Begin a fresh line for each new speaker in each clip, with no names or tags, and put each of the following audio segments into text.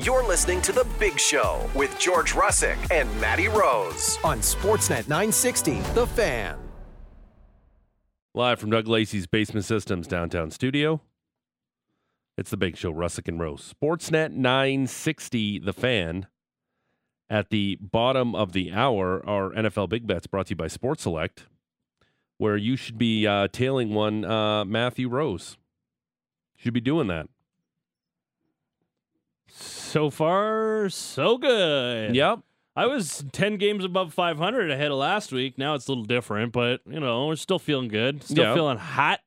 You're listening to The Big Show with George Russick and Matty Rose on Sportsnet 960, The Fan.
Live from Doug Lacey's Basement Systems downtown studio. It's the Big Show, Russick and Rose. Sportsnet 960, The Fan. At the bottom of the hour, our NFL Big Bets brought to you by Sports Select, where you should be uh, tailing one uh, Matthew Rose. Should be doing that.
So far, so good.
Yep.
I was 10 games above 500 ahead of last week. Now it's a little different, but, you know, we're still feeling good. Still
Yeah.
feeling hot.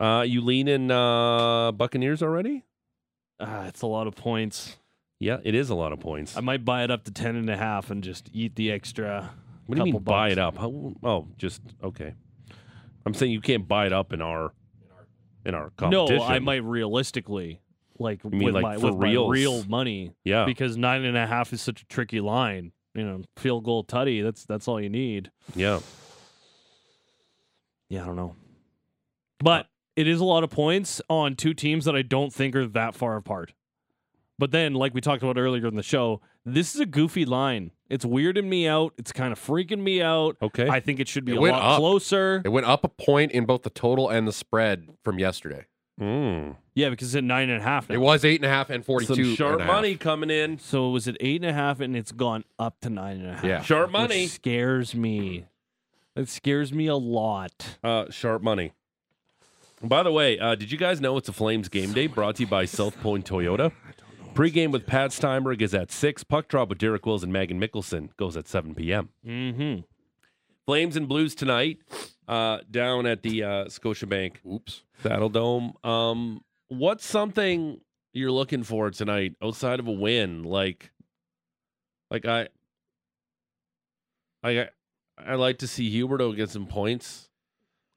Uh, you lean in uh, Buccaneers already?
Ah, it's a lot of points.
Yeah, it is a lot of points.
I might buy it up to 10 and a half and just eat the extra.
What do you mean
couple
buy
bucks.
it up? How, oh, just okay. I'm saying you can't buy it up in our in our competition.
No, I might realistically, like,
mean,
with,
like,
my,
for
with my
reals? Oh.
real money,
Yeah,
because nine and a half is such a tricky line. You know, field goal tutty, that's, that's all you need.
yeah.
Yeah, I don't know. But it is a lot of points on two teams that I don't think are that far apart. But then, like we talked about earlier in the show, this is a goofy line. It's weirding me out. It's kind of freaking me out.
Okay.
I think it should be
It
a
went
lot
up.
closer.
It went up a point in both the total and the spread from yesterday.
Mm.
Yeah, because it's at nine and a half now.
It was eight and a half and forty-two.
Some sharp
and a half.
money coming in.
So it was at eight and a half, and it's gone up to nine and a half.
Yeah.
Sharp
which
money.
scares me. It scares me a lot.
Uh, sharp money. By the way, uh, did you guys know it's a Flames game day brought to you by South Point Toyota? Pre-game with Pat Steinberg is at 6. Puck drop with Derek Wills and Megan Mickelson goes at 7 p.m.
Mm-hmm.
Flames and Blues tonight uh, down at the uh, Scotiabank
Oops.
Saddle Dome. Um, what's something you're looking for tonight outside of a win? Like, like I, I, I like to see Huberto get some points.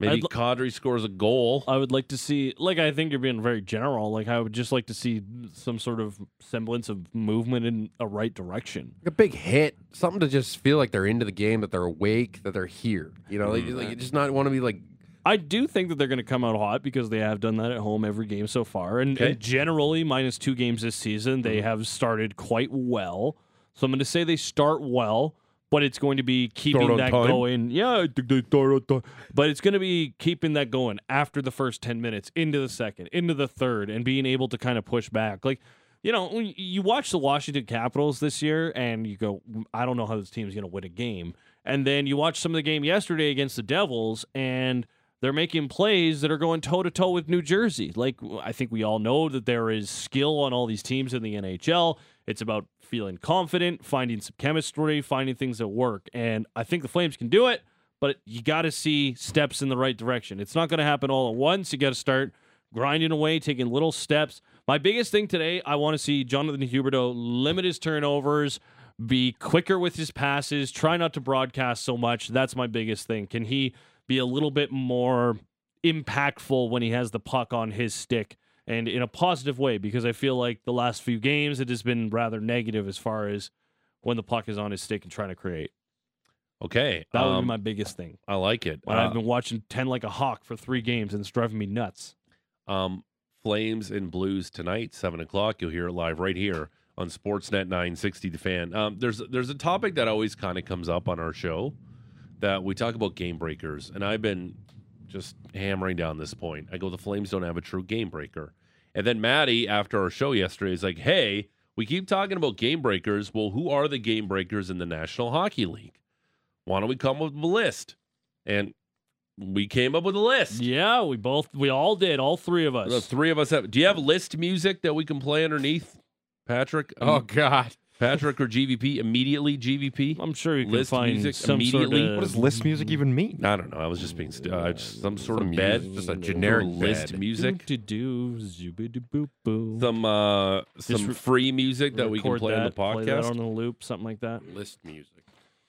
Maybe
I'd l- Uh,
Kadri scores a goal.
I would like to see, like, I think you're being very general. Like, I would just like to see some sort of semblance of movement in a right direction.
Like a big hit, something to just feel like they're into the game, that they're awake, that they're here. You know, like,
Mm.
like, you just not want to be like
I do think that they're going to come out hot because they have done that at home every game so far. And,
Okay. Mm-hmm.
and generally, minus two games this season, they have started quite well. So I'm going to say they start well, but it's going to be
Start
keeping
on
that
time?
going. Yeah, I think they start on time. But it's going to be keeping that going after the first 10 minutes, into the second, into the third, and being able to kind of push back. Like, you know, when you watch the Washington Capitals this year and you go, "Mm, I don't know how this team's going to win a game. And then you watch some of the game yesterday against the Devils and they're making plays that are going toe to toe with New Jersey. Like, I think we all know that there is skill on all these teams in the NHL. It's about feeling confident, finding some chemistry, finding things that work. And I think the Flames can do it, but you got to see steps in the right direction. It's not going to happen all at once. You got to start grinding away, taking little steps. My biggest thing today, I want to see Jonathan Huberto limit his turnovers, be quicker with his passes, try not to broadcast so much. That's my biggest thing. Can he be a little bit more impactful when he has the puck on his stick and in a positive way? Because I feel like the last few games, it has been rather negative as far as when the puck is on his stick and trying to create.
Okay,
That would
um,
be my biggest thing.
I like it.
When
Uh,
I've been watching 10 like a hawk for three games and it's driving me nuts.
Um, Flames and Blues tonight, seven o'clock. You'll hear it live right here on Sportsnet 960 The Fan. Um, there's there's a topic that always kind of comes up on our show that we talk about game breakers, and I've been just hammering down this point. I go, the Flames don't have a true game breaker, and then Maddie after our show yesterday is like, hey, we keep talking about game breakers. Well, who are the game breakers in the National Hockey League? Why don't we come up with a list? And we came up with a list.
Yeah, we both, we all did, all three of us.
The three of us have. Do you have list music that we can play underneath Patrick?
Oh God.
Patrick or GVP immediately? GVP.
I'm sure you can
List
find
music
some
immediately?
sort of.
What does list music even mean?
I don't know. I was just being stu- uh, just some sort
Some
of
music,
bed,
just a generic
list
bed.
music.
Do do zooby boo boo.
Some uh, some
re-
free music that we can play on the
Play that
podcast.
on the loop, something like that.
List music.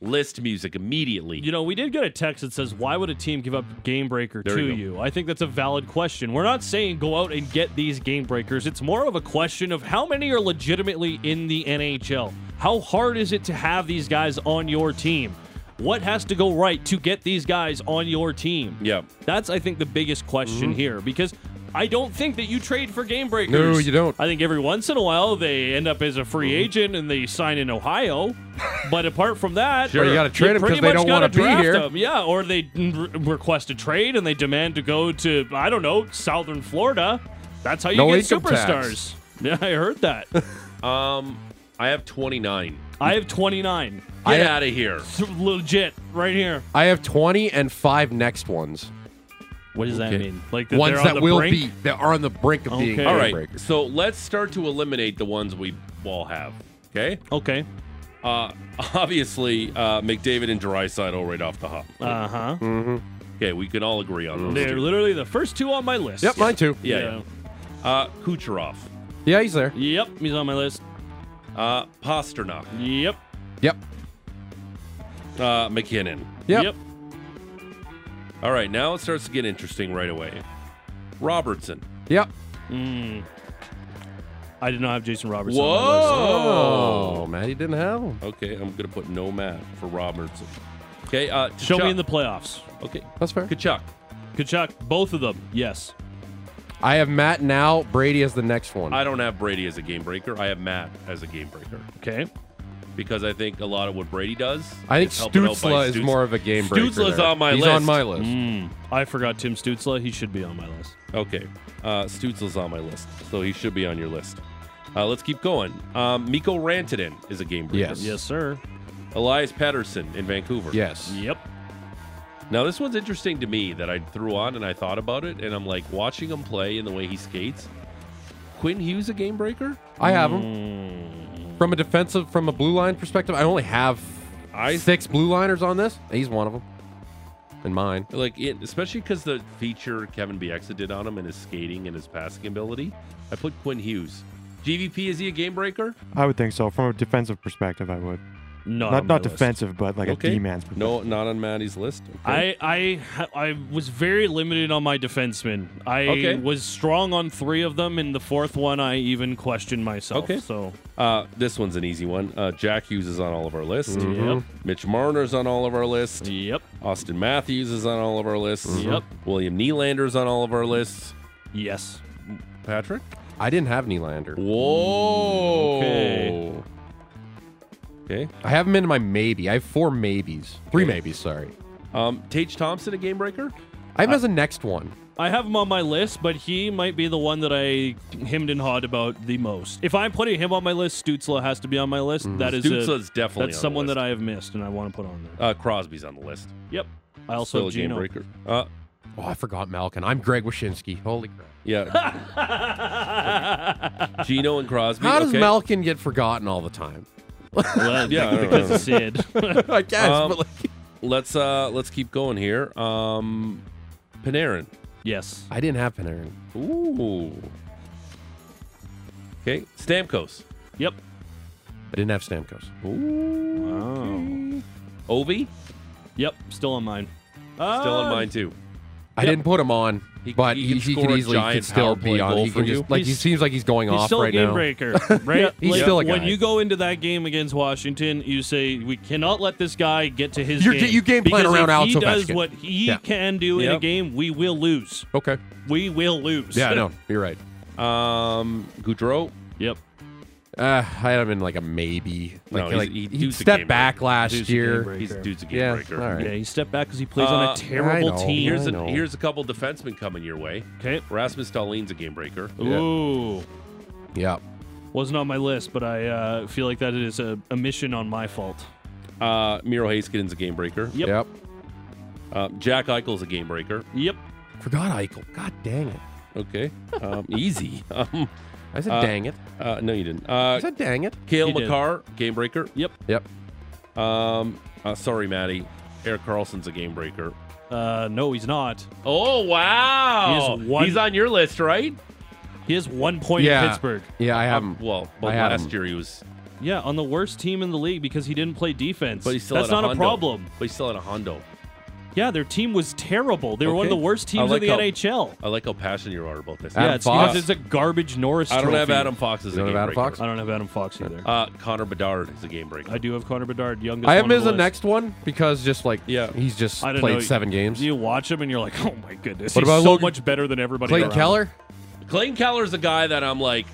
list music immediately.
You know, we did get a text that says, "Why would a team give up game breaker
There
to
you go.
you?" I think that's a valid question. We're not saying go out and get these game breakers. It's more of a question of how many are legitimately in the NHL. How hard is it to have these guys on your team? What has to go right to get these guys on your team?
yeah.
That's I think the biggest question here because I don't think that you trade for game breakers.
Mm-hmm. No, you don't. Mm-hmm.
I think every once in a while they end up as a free agent and they sign in Ohio. but apart from that,
Sure, you gotta trade 'em 'cause
pretty
they
much
don't
gotta
wanna
draft
be here.
'em. Yeah, or they re- request a trade and they demand to go to I don't know Southern Florida. That's how you
No
get
income
superstars.
tax.
Yeah, I heard that.
Um, I have 29.
I have 29.
Get
I-
out of here.
It's legit, right here.
I have 20 and five next ones.
What does that
Okay.
mean? Like that
Ones
they're on
that
the
will
brink?
be that are on the brink of being
Okay.
game
All right.
breakers.
So let's start to eliminate the ones we all have. Okay.
Okay.
Uh, obviously, uh, McDavid and Drysaitel right off the hop.
Uh huh.
Okay, we can all agree on those.
They're
two.
literally the first two on my list.
Yep, mine too.
Yeah. yeah. Uh, Kucherov,
Yeah, he's there.
Yep, he's on my list.
uh, Pasternak,
Yep.
Yep.
uh, McKinnon.
Yep.
All right, now it starts to get interesting right away. Robertson.
Yep.
Mm. I did not have Jason Robertson. on my list.
Whoa.
Oh, man, he didn't have. 'em.
Okay, I'm gonna put no Matt for Robertson. Okay, uh,
Show
Tkachuk.
me in the playoffs.
okay
That's fair.
Kachuk.
Kachuk, both of them. Yes.
I have Matt now. Brady as the next one.
I don't have Brady as a game breaker. I have Matt as a game breaker
Okay.
because I think a lot of what Brady does.
I think
is helping out by
Stutzla is
Stutz-
more of a game breaker.
Stutzla's
there.
on my
He's
list.
on my list.
Mm. I forgot Tim Stutzla. He should be on my list.
Okay, uh, Stutzla's on my list, so he should be on your list. Uh, let's keep going. Um, Miko Rantanen is a game breaker.
Yes.
Yes, sir.
Elias Patterson in Vancouver.
Yes.
Yep.
Now this one's interesting to me that I threw on and I thought about it, and I'm like watching him play and the way he skates. Quinn Hughes a game breaker?
I have him.
Mm.
From a defensive, from a blue line perspective, I only have
I-
six blue liners on this. He's one of them. And mine.
Like, it, especially because the feature Kevin Bieksa did on him and his skating and his passing ability, I put Quinn Hughes. GVP is he a game breaker?
I would think so. From a defensive perspective, I would.
Oh,
Not
not
on
not
my list.
defensive, but like a D man's perspective.
No, not on Maddie's list. Okay.
I, I I was very limited on my defensemen. I
Okay.
was strong on three of them, and the fourth one I even questioned myself.
Okay.
So
uh, this one's an easy one. Uh, Jack Hughes is on all of our list.
Yep.
Mitch Marner's on all of our list.
yep,
Austin Matthews is on all of our lists.
Mm-hmm. Yep.
William Nylander's on all of our lists.
yes,
Patrick?
I didn't have Nylander.
Whoa.
Okay.
Okay.
I have him in my maybe. I have four maybes. Three maybes, sorry.
Um, Tage Thompson a game breaker?
I have him as the next one.
I have him on my list, but he might be the one that I hemmed and hawed about the most. If I'm putting him on my list, Stutzla has to be on my list. That is a-
Mm-hmm. Stutzla's definitely
that's
on the
someone
list.
that I have missed, and I want to put on there.
Uh, Crosby's on the list.
Yep. I
Still
also have
a game
Gino.
breaker. Uh,
Oh, I forgot Malkin. I'm Greg Wyshynski. Holy crap.
yeah. Gino and Crosby.
How does
okay.
Malkin get forgotten all the time?
Well,
Yeah, I don't
because
know.
of Sid.
I guess,
Um,
but like,
Let's uh let's keep going here. Um Panarin.
yes.
I didn't have Panarin.
Ooh. Okay. Stamkos.
Yep.
I didn't have Stamkos.
Ooh. Oh.
Wow.
Ovi?
Yep. Still on mine.
Still
Ah.
on mine too.
I didn't put him on,
He-
but
he can
he, he
score
could
a
easily he
giant
could still
power play
be on.
goal
He
for
can
you.
just like he
He's-
seems like he's going
He's
off
still a
right
game
now.
breaker, right?
He's still a
When
guy.
you go into that game against Washington, you say we cannot let this guy get to his
You're-
game.
you game plan
because
around
if
Alex
He does
Ovechkin.
what he
Yeah.
can do in a
Yep.
game. We will lose.
Okay.
We will lose.
Yeah, no, you're right.
Um Goudreau.
yep.
Uh, I had him in like a maybe.
No,
Like,
he's-
like
he-
he,
dude's a game
stepped back
breaker.
last
Dude's a game
year.
breaker.
He's dude's a game
Yeah,
breaker.
all right.
Yeah, he stepped back because he plays on
Uh,
a terrible
I know.
team.
Here's
I
a
know.
here's a couple defensemen coming your way.
okay.
Rasmus Dahlin's a game breaker.
Yeah.
Ooh,
Yeah.
wasn't on my list, but I uh, feel like that is a, a mission on my fault.
Uh Miro Haskinen's a game breaker.
Yep.
Yep.
Uh, Jack Eichel's a game breaker.
Yep.
Forgot Eichel. God dang it.
Okay. Um, easy. Um,
I said
Uh,
dang it.
uh, no, you didn't.
I
Uh,
said dang it.
Kale
He did.
McCarr, game breaker.
Yep.
Yep.
Um, uh, sorry, Maddie. Eric Carlson's a game breaker.
Uh, no, he's not.
Oh wow!
He is one-
He's on your list, right? Um,
He has one point
Yeah.
in Pittsburgh.
Yeah, I have him.
Well, but
I had
last
him.
year he was,
Yeah, on the worst team in the league because he didn't play defense.
but he's still
That's
at a
not a
Hondo.
problem.
But he's still at a Hondo.
Yeah, their team was terrible. They were one of the
Okay.
worst
I
teams
like
in the
how-
NHL.
I like how passionate you are about this.
Adam
yeah, it's
Fox?
because it's a garbage Norris.
I don't have
trophy.
Adam Fox as
You
a
don't
game
have Adam
breaker.
Fox?
I don't have Adam Fox either.
Uh, Connor Bedard is a game breaker.
I do have Connor Bedard, youngest.
I have him
one on
as the
list.
next one because just like
Yeah.
he's just
I don't
played
know.
seven games.
You watch him and you're like, oh my goodness,
What
he's
about
so
Logan-
much better than everybody.
Clayton
around.
Keller?
Clayton Keller's a guy that I'm like,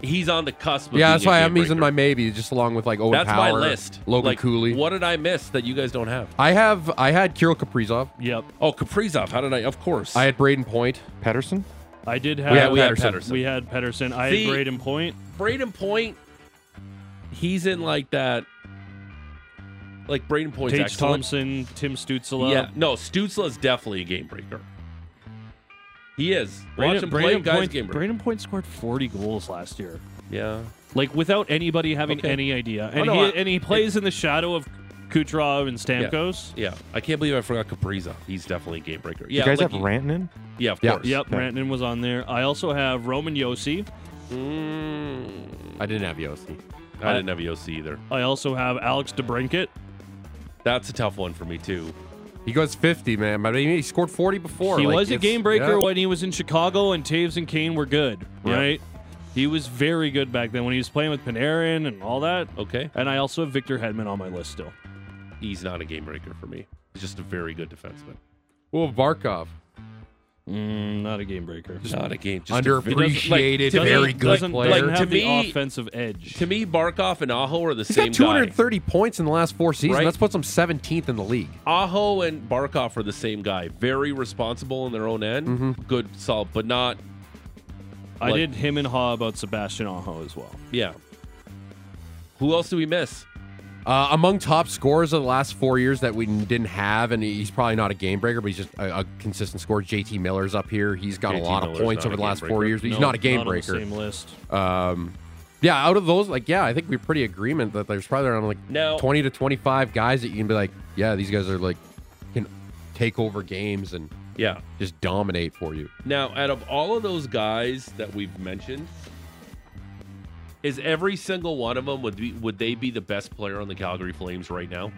he's on the cusp. Of
yeah,
being
that's
a
why
game
I'm using
breaker.
my maybe just along with like Owen
That's my
Power,
list.
Logan
like,
Cooley.
What did I miss that you guys don't have?
I have I had Kirill Kaprizov.
Yep.
Oh, Kaprizov. How did I? Of course.
I had Braden Point.
Patterson?
I did have.
we had, we had
Patterson.
Pedersen.
We had Pedersen. I
See-
had Braden Point.
Braden Point, he's in like that. Like Braden Point's
Tage
excellent.
Thompson, Tim Stutzla.
Yeah, no, Stutzla's definitely a game breaker. He is. Watch
Braden,
him
Braden,
play, guys.
Point,
game breaker.
Braden Point scored 40 goals last year.
Yeah.
Like without anybody having
Okay. Oh,
any idea. And,
no,
he,
I-
and he plays in the shadow of Kucherov and Stamkos.
Yeah, I can't believe I forgot Kaprizov. He's definitely a game breaker. Yeah,
you guys
like
have
he-
Rantanen?
Yeah, of
Yeah.
course.
Yep,
Okay.
Rantanen was on there. I also have Roman Yossi.
Mm,
I didn't have Yossi.
I didn't have EOC either.
I also have Alex DeBrinket.
That's a tough one for me too.
He goes 50, man. But he he scored 40 before.
He
Like,
was a
it's-
game breaker
yeah.
when he was in Chicago, and Taves and Kane were good,
Yeah.
right? He was very good back then when he was playing with Panarin and all that.
Okay,
And I also have Victor Hedman on my list still.
he's not a game breaker for me. He's just a very good defenseman.
Well, Barkov.
Mm, not a game breaker.
Not a game. Just a very-
Underappreciated,
like, to me-
very
Doesn't-
good
doesn't,
player.
Doesn't
Like,
have
to
the
me-
offensive edge.
To me, Barkov and Aho are the
He's
same
got
guy.
230 points in the last four seasons.
Right?
That's puts him 17th in the league.
Aho and Barkov are the same guy. Very responsible in their own end.
Mm-hmm.
Good, solid, but not.
I
like-
did him and Haw about Sebastian Aho as well.
Yeah. Who else do we miss?
Uh, among top scorers of the last four years that we didn't have, and he's probably not a game breaker, but he's just a, a consistent scorer. JT Miller's up here. He's got a
JT
lot
Miller's
of points
not
over
a
the
game
last
breaker.
four years. But he's
No,
not a game
on the
breaker.
same list.
Um, yeah, out of those, like, yeah, I think we're pretty agreement that there's probably around like
Now-
20 to 25 guys that you can be like, yeah, these guys are like can take over games and
Yeah.
just dominate for you.
Now, out of all of those guys that we've mentioned, is every single one of them would be would they be the best player on the Calgary Flames right now?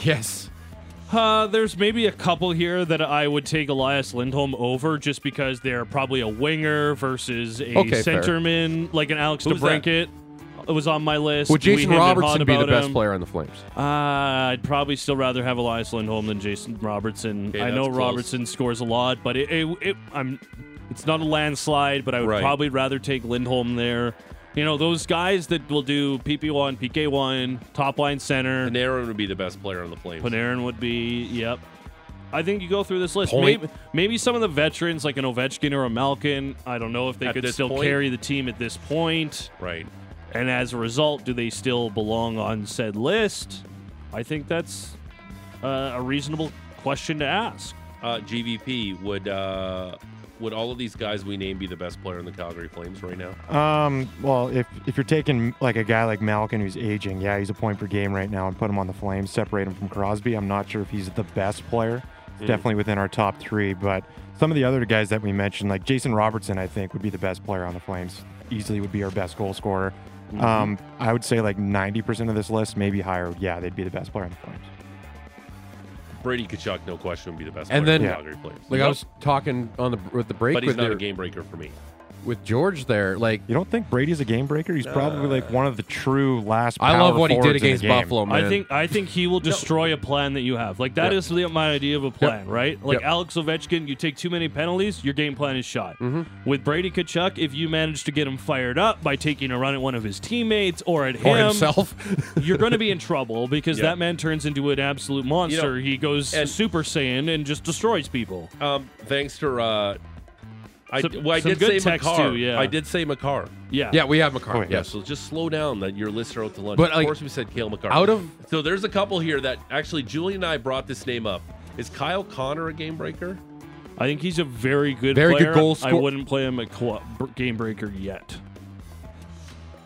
Yes.
Uh, there's maybe a couple here that I would take Elias Lindholm over just because they're probably a winger versus a
Okay, fair.
centerman, like an Alex
Who's that?
DeBrinket. It was on my list.
Would
We
Jason
him and hawed
Robertson be the
about
best
him.
player on the Flames?
Uh, I'd probably still rather have Elias Lindholm than Jason Robertson.
Okay,
I
that's
know
close.
Robertson scores a lot, but it, it, it I'm it's not a landslide. But I would
Right.
probably rather take Lindholm there. You know those guys that will do PP one, PK one, top line center.
Panarin would be the best player on the Flames.
Panarin would be. Yep. I think you go through this list.
Point.
Maybe, maybe some of the veterans like an Ovechkin or a Malkin. I don't know if they
At
could
this
still
point?
carry the team at this point.
Right.
And as a result, do they still belong on said list? I think that's uh, a reasonable question to ask.
Uh, GVP would uh, would all of these guys we named be the best player on the Calgary Flames right now?
Um, well, if if you're taking like a guy like Malkin who's aging, yeah, he's a point per game right now, and put him on the Flames, separate him from Crosby. I'm not sure if he's the best player.
Hmm.
It's Definitely within our top three, but some of the other guys that we mentioned, like Jason Robertson, I think would be the best player on the Flames. Easily would be our best goal scorer.
Mm-hmm.
Um, I would say like 90% of this list, maybe higher. Yeah, they'd be the best player on the Flames.
Brady Kachuk, no question, would be the best
And
player on
then-
the Calgary Flames.
Like I was talking on the with the break
but he's
with,
not
their-
a game breaker for me.
with George there. Like
You don't think Brady's a game breaker? He's probably like one of the true last.
Uh, I love
power
what he did
forwards in the
against
game.
Buffalo, Oh, man.
I think I think he will destroy a plan that you have. Like that is the my idea of a plan, right? Like
Yep.
Alex Ovechkin, you take too many penalties, your game plan is shot.
Mm-hmm.
With Brady Kachuk, if you manage to get him fired up by taking a run at one of his teammates or at
or
him,
himself.
you're going to be in trouble because
Yeah.
that man turns into an absolute monster. he goes
and-
Super Saiyan and just destroys people.
Um, thanks to uh, I
Some-
well, I
some
did say
good text
Makar.
too, yeah.
I did say Makar.
Yeah.
yeah, we have McCarthy.
Oh, yeah.
Yeah,
yes.
so just slow down that your listener out to lunch.
But,
of
like,
course, we said Kale McCarr.
out of-
so there's a couple here that actually Julie and I brought this name up. Is Kyle Connor a game breaker?
I think he's a very good,
Very good
player.
goal
I
scor-
wouldn't play him a co- br- game breaker yet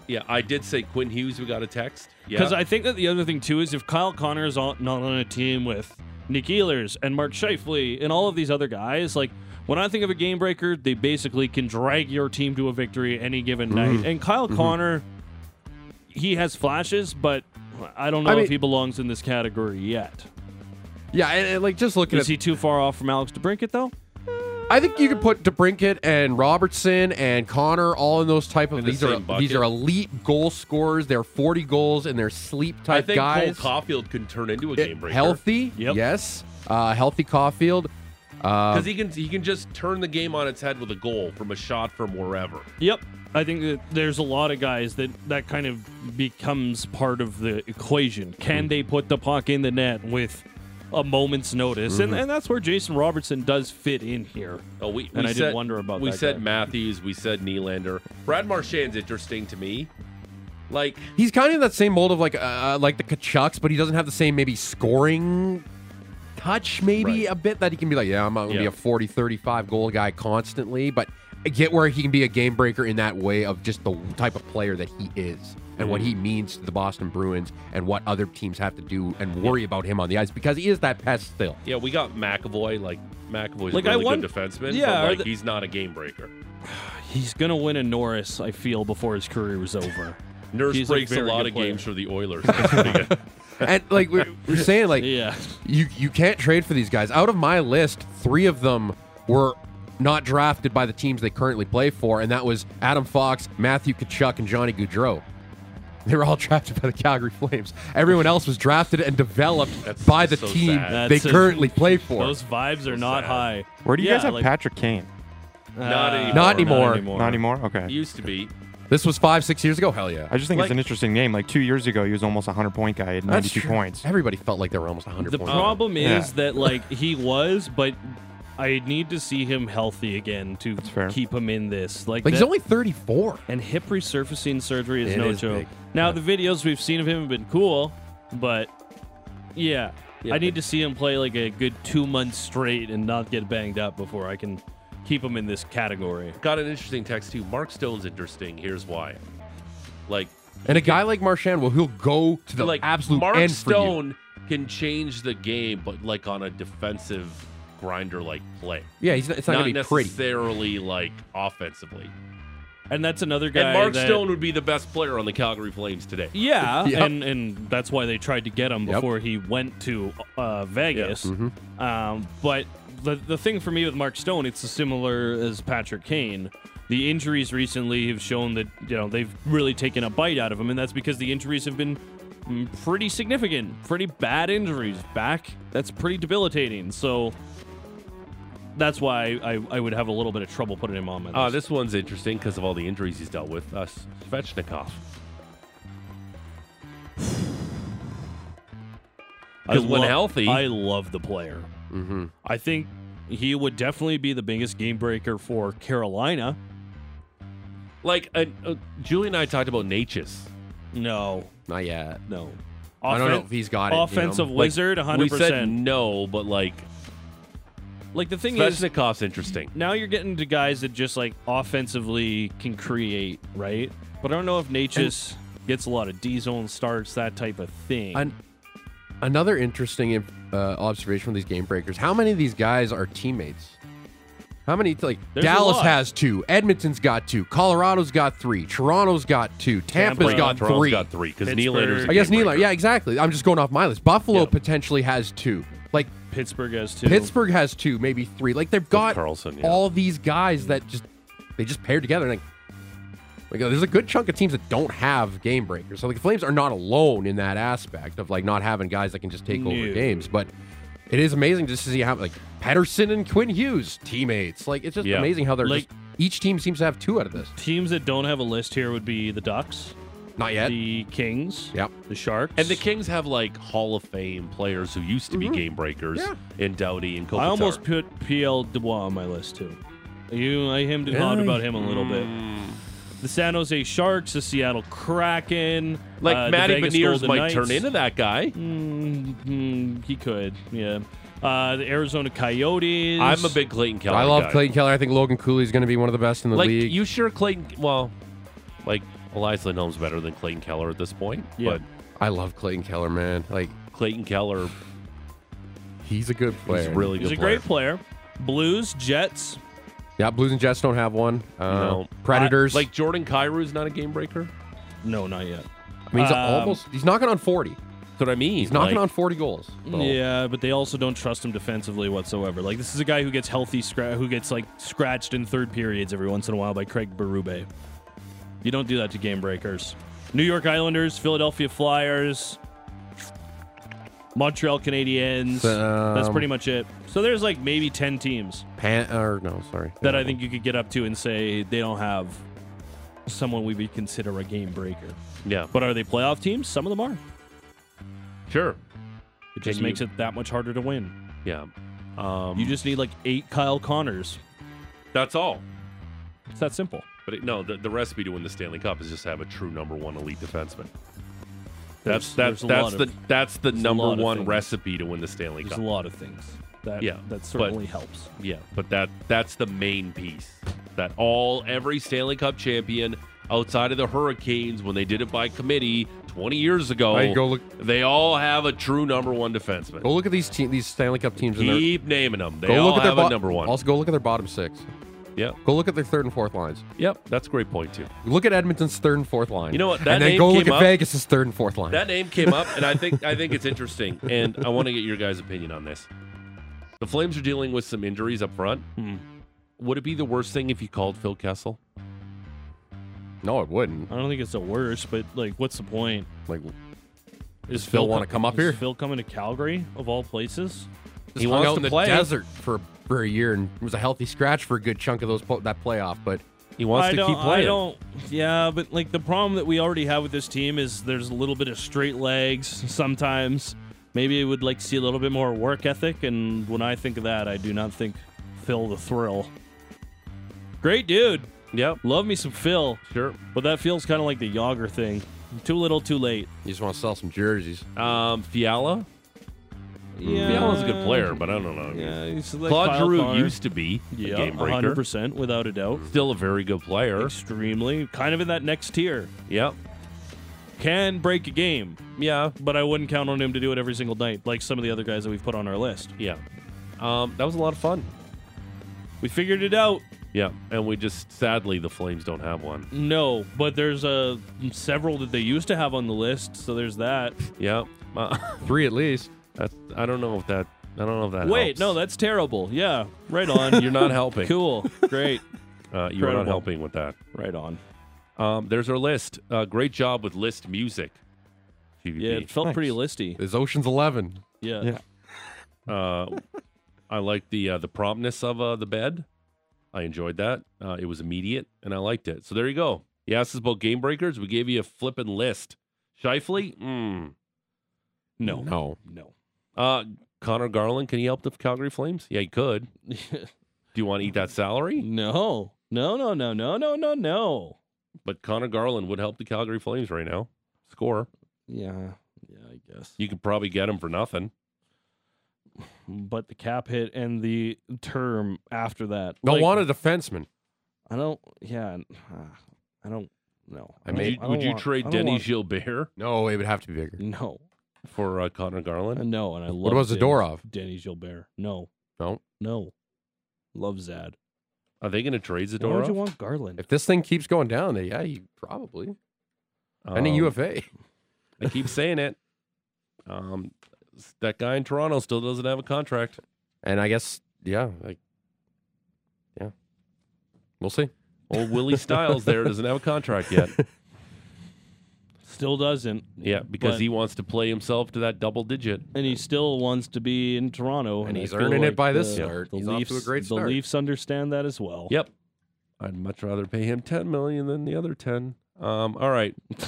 Yeah, I did say Quinn Hughes. We got a text. Yeah,
because I think that the other thing too is if Kyle Connor is on, not on a team with Nick Ehlers and Mark Scheifele and all of these other guys, like when I think of a game breaker, they basically can drag your team to a victory any given
Mm-hmm.
night. And Kyle Connor, he has flashes, but I don't know
I
if
mean-
he belongs in this category yet.
Yeah, and, and, like just looking
Is
at
he too far off from Alex DeBrinket though?
I think you could put DeBrinket and Robertson and Connor all in those type of
the
these are
same bucket.
these are elite goal scorers. They're 40 goals and they're sleep
I
type
think
guys.
Cole Caulfield can turn into a
It-
game breaker.
healthy,
Yep.
yes. Uh, healthy Caulfield. Um,
because he can he can just turn the game on its head with a goal from a shot from wherever.
Yep. I think that there's a lot of guys that that kind of becomes part of the equation.
Hmm.
Can they put the puck in the net with a moment's notice? And,
Mm-hmm.
and that's where Jason Robertson does fit in here.
Oh, we,
And
we
I did
said-
wonder about
We
that
said
guy.
Matthews. We said Nylander. Brad Marchand's interesting to me. Like
he's kind of that same mold of like uh, like the Kachucks, but he doesn't have the same maybe scoring touch, maybe
Right.
a bit that he can be like, yeah, I'm going to be
Yeah.
a 40, 35 goal guy constantly, but I get where he can be a game breaker in that way of just the type of player that he is and
Mm-hmm.
what he means to the Boston Bruins and what other teams have to do and worry about him on the ice because he is that pest still.
yeah, we got McAvoy. Like McAvoy's
Like,
a
I
really
won-
good defenseman.
Yeah,
Yeah,
are
like
the-
he's not a game breaker.
He's going to win a Norris, I feel, before his career is over.
Nurse
He's a
breaks a,
very
lot
good
of
player. Uh,
games for the Oilers. That's pretty good.
and like we're, we're saying like
Yeah.
you you can't trade for these guys. Out of my list, three of them were not drafted by the teams they currently play for, and that was Adam Fox, Matthew Kachuk, and Johnny Goudreau. They were all drafted by the Calgary Flames. Everyone else was drafted and developed
That's
by the
so
team
sad.
they
That's a-
currently play for.
Those vibes are not
sad.
high.
Where do you
Yeah,
guys have
like-
Patrick Kane?
Not
Uh,
anymore.
Not anymore.
Not anymore. Okay.
He used to be.
this was five, six years ago. Hell yeah.
I just think
Like-
it's an interesting name. Like two years ago, he was almost a hundred point guy. He had
That's
ninety two
true.
points.
Everybody felt like they were almost 100
The
points.
problem
Yeah.
is that like he was, but I need to see him healthy again to
fair.
keep him in this. Like,
like, he's
that-
only 34.
and hip resurfacing surgery is
It
no
is
joke.
big.
Now the videos we've seen of him have been cool, but yeah, I need to see him play like a good two months straight and not get banged up before I can keep him in this category.
Got an interesting text too. Mark Stone's interesting. Here's why. Like
And a guy like Marchand, well, he'll go to the
like
absolute
Mark
end for you.
Stone can change the game, but like on a defensive grinder like play.
Yeah, he's not, it's not,
not
going to be pretty.
necessarily like offensively.
And that's another guy.
and Mark
that-
Stone would be the best player on the Calgary Flames today.
Yeah,
Yep.
and and that's why they tried to get him
Yep. Mm-hmm.
before he went to uh, Vegas. Um, but the the thing for me with Mark Stone, it's similar as Patrick Kane. The injuries recently have shown that you know they've really taken a bite out of him, and that's because the injuries have been mm, pretty significant, pretty bad injuries. Back that's pretty debilitating. So. That's why I, I would have a little bit of trouble putting him on my list.
Uh, this one's interesting because of all the injuries he's dealt with. Uh, Svechnikov.
I
'Cause when
lo-
healthy-
I love the player. Mm-hmm. I think he would definitely be the biggest game breaker for Carolina.
Like, uh, uh, Julie and I talked about Natchez.
No,
Not yet.
no.
I don't know
Offen-
if he's got it. you know?
offensive
Like,
wizard, hundred
We said
percent.
no, but like,
Like the thing is,
Svechnikov's interesting.
now you're getting to guys that just like offensively can create, right? But I don't know if Natchez gets a lot of D zone starts, that type of thing.
An- another interesting uh, observation from these game breakers: how many of these guys are teammates? How many? Like
There's a
Dallas
lot.
has two, Edmonton's got two, Colorado's got three, Toronto's got two, Tampa's
Tampa.
got
Toronto's
three.
got three because
Pittsburgh.
Nylander's. a
I guess
game
Nylander.
breaker.
Yeah, exactly. I'm just going off my list. Buffalo
Yeah.
potentially has two. Like
Pittsburgh has two.
Pittsburgh has two, maybe three. Like they've got
Carlson, yeah.
all these guys that just they just paired together. And like, like, uh, there's a good chunk of teams that don't have game breakers. So like the Flames are not alone in that aspect of like not having guys that can just take over
No.
games. But it is amazing just to see how like Patterson and Quinn Hughes teammates. Like it's just
Yeah.
amazing how they're
Like-
just, each team seems to have two out of this.
Teams that don't have a list here would be the Ducks,
Not yet.
the Kings,
Yep.
the Sharks,
And the Kings have like Hall of Fame players who used to be game breakers
Mm-hmm. Yeah.
in Doughty and Kopitar.
I almost put PL Dubois on my list too. You, I hemmed and hawed
Really?
about him a little bit.
Hmm.
The San Jose Sharks, the Seattle Kraken,
like
uh, the
Matty
Vegas
Beniers
Golden
might
Knights.
turn into that guy.
Mm, mm, he could, yeah. Uh, the Arizona Coyotes.
I'm a big Clayton Keller.
I love
guy.
Clayton Keller. I think Logan Cooley's going to be one of the best in the
Like
league.
you sure Clayton? Well, like Elias Lindholm's better than Clayton Keller at this point.
Yeah.
I love Clayton Keller, man. Like
But Clayton Keller
he's a good player.
is really
He's
good.
a
player.
great player. Blues, Jets.
Yeah, Blues and Jets don't have one. Uh,
No.
Predators.
Like Jordan Kyrou's not a game breaker.
No, not yet.
I mean, he's
um,
almost. He's knocking on forty.
That's what I mean.
He's knocking
Like,
on forty goals. So-
Yeah, but they also don't trust him defensively whatsoever. Like this is a guy who gets healthy, scra- who gets like scratched in third periods every once in a while by Craig Berube. You don't do that to game breakers. New York Islanders, Philadelphia Flyers. Montreal Canadiens. That's
Um,
pretty much it. So there's like maybe 10 teams
Pan or no, sorry.
that I think you could get up to and say they don't have someone we would consider a game breaker.
Yeah,
But are they playoff teams? Some of them are.
sure.
It just
you-
makes it that much harder to win.
Yeah. Um,
You just need like eight Kyle Connors.
that's all.
It's that simple.
But it, no, the, the recipe to win the Stanley Cup is just have a true number one elite defenseman. That's that's
There's- there's a
that's
lot
the
of-
that's the
there's a
number
lot of
one
things.
recipe to win the Stanley
There's
Cup.
a lot of things. That,
Yeah, but-
that certainly helps.
Yeah, but that that's the main piece. That all every Stanley Cup champion outside of the Hurricanes when they did it by committee 20 years ago,
I go look.
they all have a true number one defenseman.
Go look at these team, these Stanley Cup teams. in their,
Keep naming them. They
go
all
look at their
have a
bo-
number one.
Also, go look at their bottom six.
yeah.
Go look at their third and fourth lines.
Yep, that's a great point too.
Look at Edmonton's third and fourth line.
You know what? That
and then
name
go look
came
at
up.
Vegas's third and fourth line.
That name came up, and I think I think it's interesting, and I want to get your guys' opinion on this. The Flames are dealing with some injuries up front.
Hmm.
Would it be the worst thing if you called Phil Kessel?
no, it wouldn't.
I don't think it's the worst, but like, what's the point?
Like
Is
Phil wanna come up
is
here?
Phil coming to Calgary of all places?
just
He
hung
wants
out
to
in the
play.
desert for for a year and was a healthy scratch for a good chunk of those pl- that playoff. But
He wants
I
to
don't,
keep playing.
I don't. Yeah, but like the problem that we already have with this team is there's a little bit of straight legs sometimes. Maybe I would like to see a little bit more work ethic, and when I think of that, I do not think Phil the Thrill. Great dude,
Yep,
love me some Phil,
sure.
but that feels kind of like the Yager thing. Too little, too late.
you just want to sell some jerseys.
Um, Fiala.
Yeah,
Fiala's a good player, but I don't know.
Yeah, he's like
Claude
Kyle
Giroux
Connor.
used to be
yeah,
a game breaker. Mm-hmm.
hundred percent, without a doubt.
Still a very good player.
Extremely, kind of in that next tier.
Yep.
Can break a game.
Yeah.
but I wouldn't count on him to do it every single night, like some of the other guys that we've put on our list.
Yeah. Um, that was a lot of fun.
We figured it out.
Yeah. And we just sadly the Flames don't have one.
No, but there's uh, several that they used to have on the list, so there's that.
Yeah. Uh,
Three at least.
that's, I don't know if that. I don't know if that.
Wait,
helps.
no, that's terrible. Yeah, right on.
You're not helping.
cool. Great.
Uh, you are not
Incredible.
helping with that.
Right on.
Um, there's our list. Uh, great job with list music.
Yeah, it
GVP.
felt
Thanks.
pretty listy.
Is Ocean's Eleven?
Yeah.
Yeah.
Uh, I like the uh, the promptness of uh, the bed. I enjoyed that. Uh, it was immediate, and I liked it. So there you go. You asked us about game breakers. We gave you a flippin' list. Shifley, mm.
No.
No.
No.
uh, Connor Garland, can he help the Calgary Flames? Yeah, he could. Do you want to eat that salary?
no. No, no, no, no, no, no, no.
But Connor Garland would help the Calgary Flames right now. Score.
Yeah. Yeah, I guess.
You could probably get him for nothing.
But the cap hit and the term after that.
Don't
Like-
want a defenseman.
I don't. Yeah, n- ah, I don't know.
I
Would
mean,
you, would you trade Denny Gilbert
No, it would have to be bigger.
No,
for uh, Connor Garland?
Uh, no, and I love.
What was
Denny-
Zadorov?
Denny Gilbert. No,
No.
no, love Zad.
Are they going to trade
Why would you
Zadorov?
want Garland?
If this thing keeps going down, then yeah, you probably. Any
Um,
UFA.
I keep saying it. Um, s- that guy in Toronto still doesn't have a contract.
And I guess, yeah, like, yeah. We'll see.
Old Willie Styles there doesn't have a contract yet.
Still doesn't,
Yeah, because
But-
he wants to play himself to that double digit.
and he still wants to be in Toronto,
And
I
he's
feel
earning it
like
by this
the,
start.
The
He's off to
Leafs,
a great
The
start.
Leafs understand that as well.
Yep. I'd much rather pay him ten million than the other ten. Um, all right,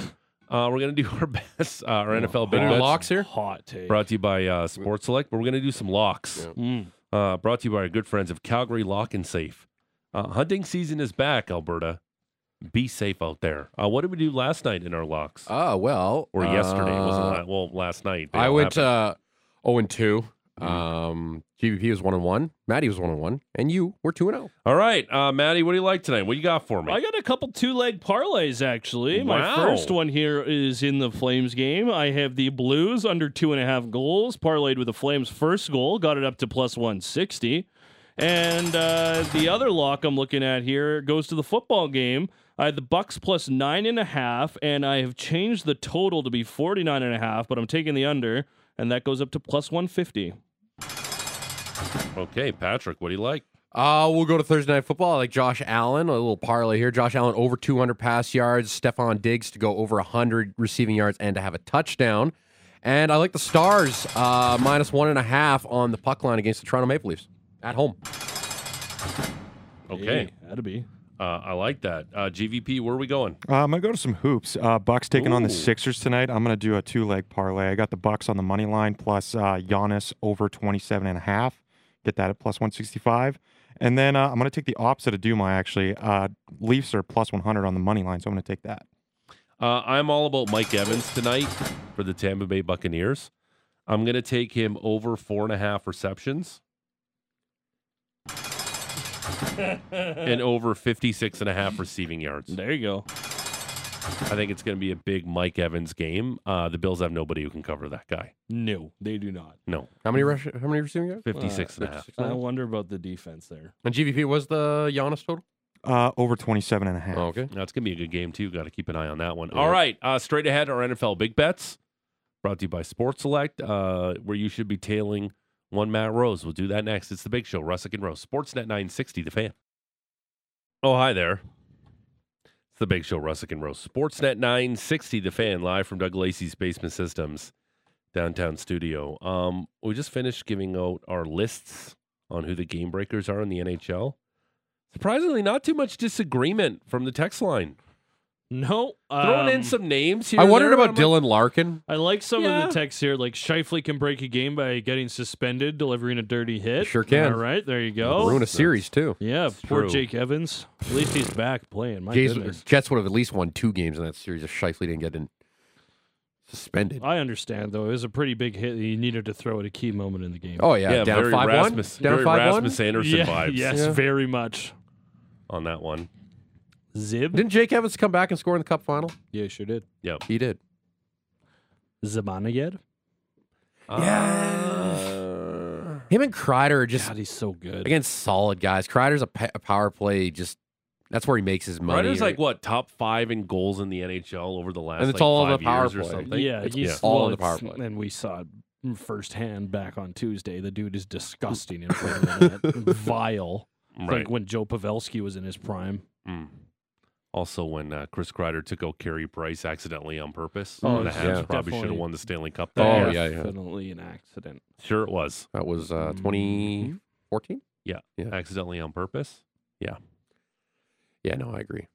uh, we're gonna do our best. Uh, our NFL big
Bit of
bets
locks here.
Hot take.
brought to you by uh, Sports Select, but we're gonna do some locks.
Yeah.
Mm.
uh, brought to you by our good friends of Calgary Lock and Safe. Uh, hunting season is back, Alberta. Be safe out there. Uh, what did we do last night in our locks?
Ah, well.
or yesterday? It wasn't
uh,
la- well last night. They
I
all
went
happened.
uh, 0 and 2. Um, GVP was 1 and 1. Maddie was 1 and 1. And you were 2 and oh. 0.
All right, uh, Maddie, what do you like tonight? What you got for me?
I got a couple two leg parlays actually.
Wow.
My first one here is in the Flames game. I have the Blues under two and a half goals, parlayed with the Flames' first goal, got it up to plus 160. And uh, the other lock I'm looking at here goes to the football game. I had the Bucks plus nine and a half, and I have changed the total to be 49 and a half, but I'm taking the under, and that goes up to plus 150.
okay, Patrick, what do you like?
Uh, we'll go to Thursday Night Football. I like Josh Allen, a little parlay here. Josh Allen over 200 pass yards. Stephon Diggs to go over 100 receiving yards and to have a touchdown. And I like the Stars uh, minus one and a half on the puck line against the Toronto Maple Leafs at home.
Okay.
Hey, that'd be.
Uh, I like that. Uh, GVP, where are we going?
Uh, I'm gonna go to some hoops. Uh, Bucks taking on the
Ooh.
Sixers tonight. I'm gonna do a two leg parlay. I got the Bucks on the money line plus uh, Giannis over 27 and a half. Get that at plus 165. And then uh, I'm gonna take the opposite of Duma actually. Uh, Leafs are plus 100 on the money line, so I'm gonna take that.
Uh, I'm all about Mike Evans tonight for the Tampa Bay Buccaneers. I'm going to take him over four and a half receptions and over 56 and a half receiving yards.
There you go.
I think it's going to be a big Mike Evans game. Uh, the Bills have nobody who can cover that guy.
No, they do not.
No,
How many rush? How many receiving yards?
56 and a half.
I wonder about the defense there.
And GVP was the Giannis total.
Uh, over 27 and a half.
Oh, okay.
That's going to be a good game, too. Got to keep an eye on that one. All right. Uh, straight ahead, our NFL big bets brought to you by Sports Select, uh, where you should be tailing one Matt Rose. We'll do that next. It's the big show, Russick and Rose, Sportsnet 960, the fan. Oh, hi there. It's the big show, Russick and Rose, Sportsnet 960, the fan, live from Doug Lacey's Basement Systems downtown studio. Um, we just finished giving out our lists on who the game breakers are in the NHL. Surprisingly, not too much disagreement from the text line.
No.
Throwing
um,
in some names here.
I
and
wondered
there,
about
I'm like,
Dylan Larkin.
I like some
Yeah.
of the texts here. Like Shifley can break a game by getting suspended, delivering a dirty hit.
Sure can.
All right, there you
Oh,
go.
Ruin a series too.
yeah, poor
true.
Jake Evans. At least he's back playing. My
Jays-
goodness.
Jets would have at least won two games in that series if Shifley didn't get in, suspended.
I understand though. It was a pretty big hit. that You needed to throw at a key moment in the game.
Oh yeah,
Yeah,
down
very
five
Rasmus,
one. Down
very
five
Rasmus
one.
Anderson
yeah,
vibes
yes,
Yeah.
very much.
on that one.
Zib.
Didn't Jake Evans come back and score in the Cup final?
Yeah, sure did.
Yep.
He did.
Zabanaged.
Um, Yeah.
Him and Kreider are just
God, he's so good.
against solid guys. Kreider's a, pa- a power play. Just that's where he makes his money.
Ryder's
right?
like what top five in goals in the NHL over the last
And it's
like,
all on
five
the power
years or
play.
something.
yeah,
It's
he's
all
well,
on the power
it's-
play.
and we saw it firsthand back on Tuesday. The dude is disgusting in front of the net. vile. It's
right.
Like when Joe Pavelski was in his prime.
Mm. Also, when uh, Chris Kreider took out Carey Price accidentally on purpose,
Oh,
and the
yeah.
Habs probably
Definitely.
should have won the Stanley Cup.
Oh,
That year.
yeah, yeah.
definitely an accident.
sure it was
that was uh, 2014. Yeah.
accidentally on purpose.
Yeah, no, I agree.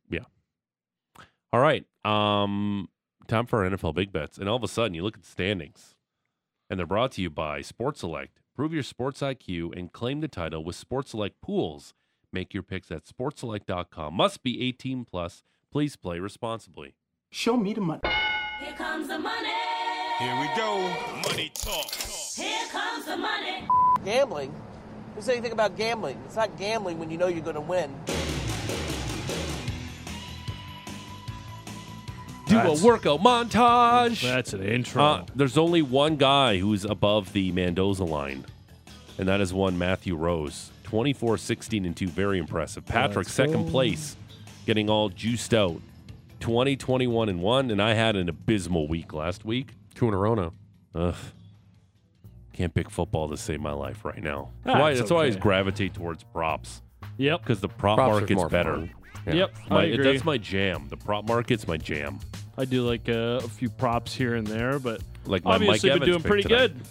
All right, um, time for our NFL big bets, and all of a sudden you look at the standings, and they're brought to you by Sports Select. Prove your sports IQ and claim the title with Sports Select pools. Make your picks at sportselect.com. Must be 18 plus. Please play responsibly.
Show me the money.
Here comes the money. Here we go. Money talk. Here comes the money.
gambling. Who said anything about gambling? It's not gambling when you know you're going to win.
Do
That's-
a workout montage.
That's an intro.
Uh, there's only one guy who's above the Mendoza line, and that is one Matthew Rose. 24 16 and 2. Very impressive. Patrick, second place, getting all juiced out. 20 21 and 1. And I had an abysmal week last week.
Two in a row now.
Ugh. Can't pick football to save my life right now. That's
Ah,
why,
it's
that's why I
okay.
always gravitate towards props
yep.
because the prop
Props are
market's
more
better.
fun.
Yep. I
My-
agree.
that's my jam. The prop market's my jam.
I do like uh, a few props here and there, but
Like my
obviously
Mike
been
Evans
doing
pick
pretty
today.
good.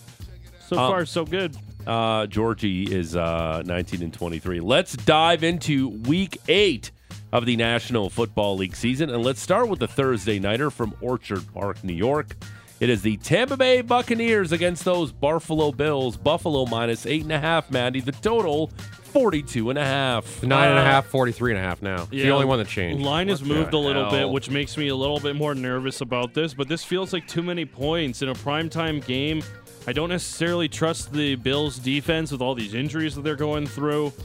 So
Um,
far, so good.
Uh, Georgie is uh, 19 and 23. Let's dive into week eight of the National Football League season. And let's start with the Thursday Nighter from Orchard Park, New York. It is the Tampa Bay Buccaneers against those Buffalo Bills. Buffalo minus eight and a half, Mandy. The total, 42 and a half.
Nine and a
Uh,
half, 43 and a half now. It's the only one that changed.
Line has moved a little bit,
hell?
which makes me a little bit more nervous about this, but this feels like too many points in a primetime game. I don't necessarily trust the Bills' defense with all these injuries that they're going through.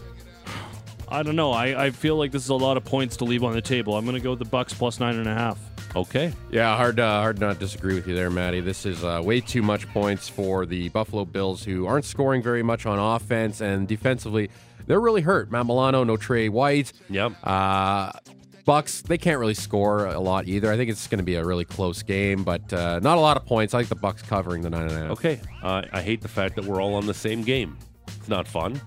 I don't know. I, I feel like this is a lot of points to leave on the table. I'm going to go with the Bucks plus nine and a half.
Uh, Okay.
Yeah, hard, uh, hard not disagree with you there, Matty. This is uh, way too much points for the Buffalo Bills, who aren't scoring very much on offense and defensively. They're really hurt. Matt Milano, no Trey White.
Yep.
Uh, Bucks, they can't really score a lot either. I think it's going to be a really close game, but uh, not a lot of points. I like the Bucks covering the nine and a half.
Okay. Uh, I hate the fact that we're all on the same game. It's not fun,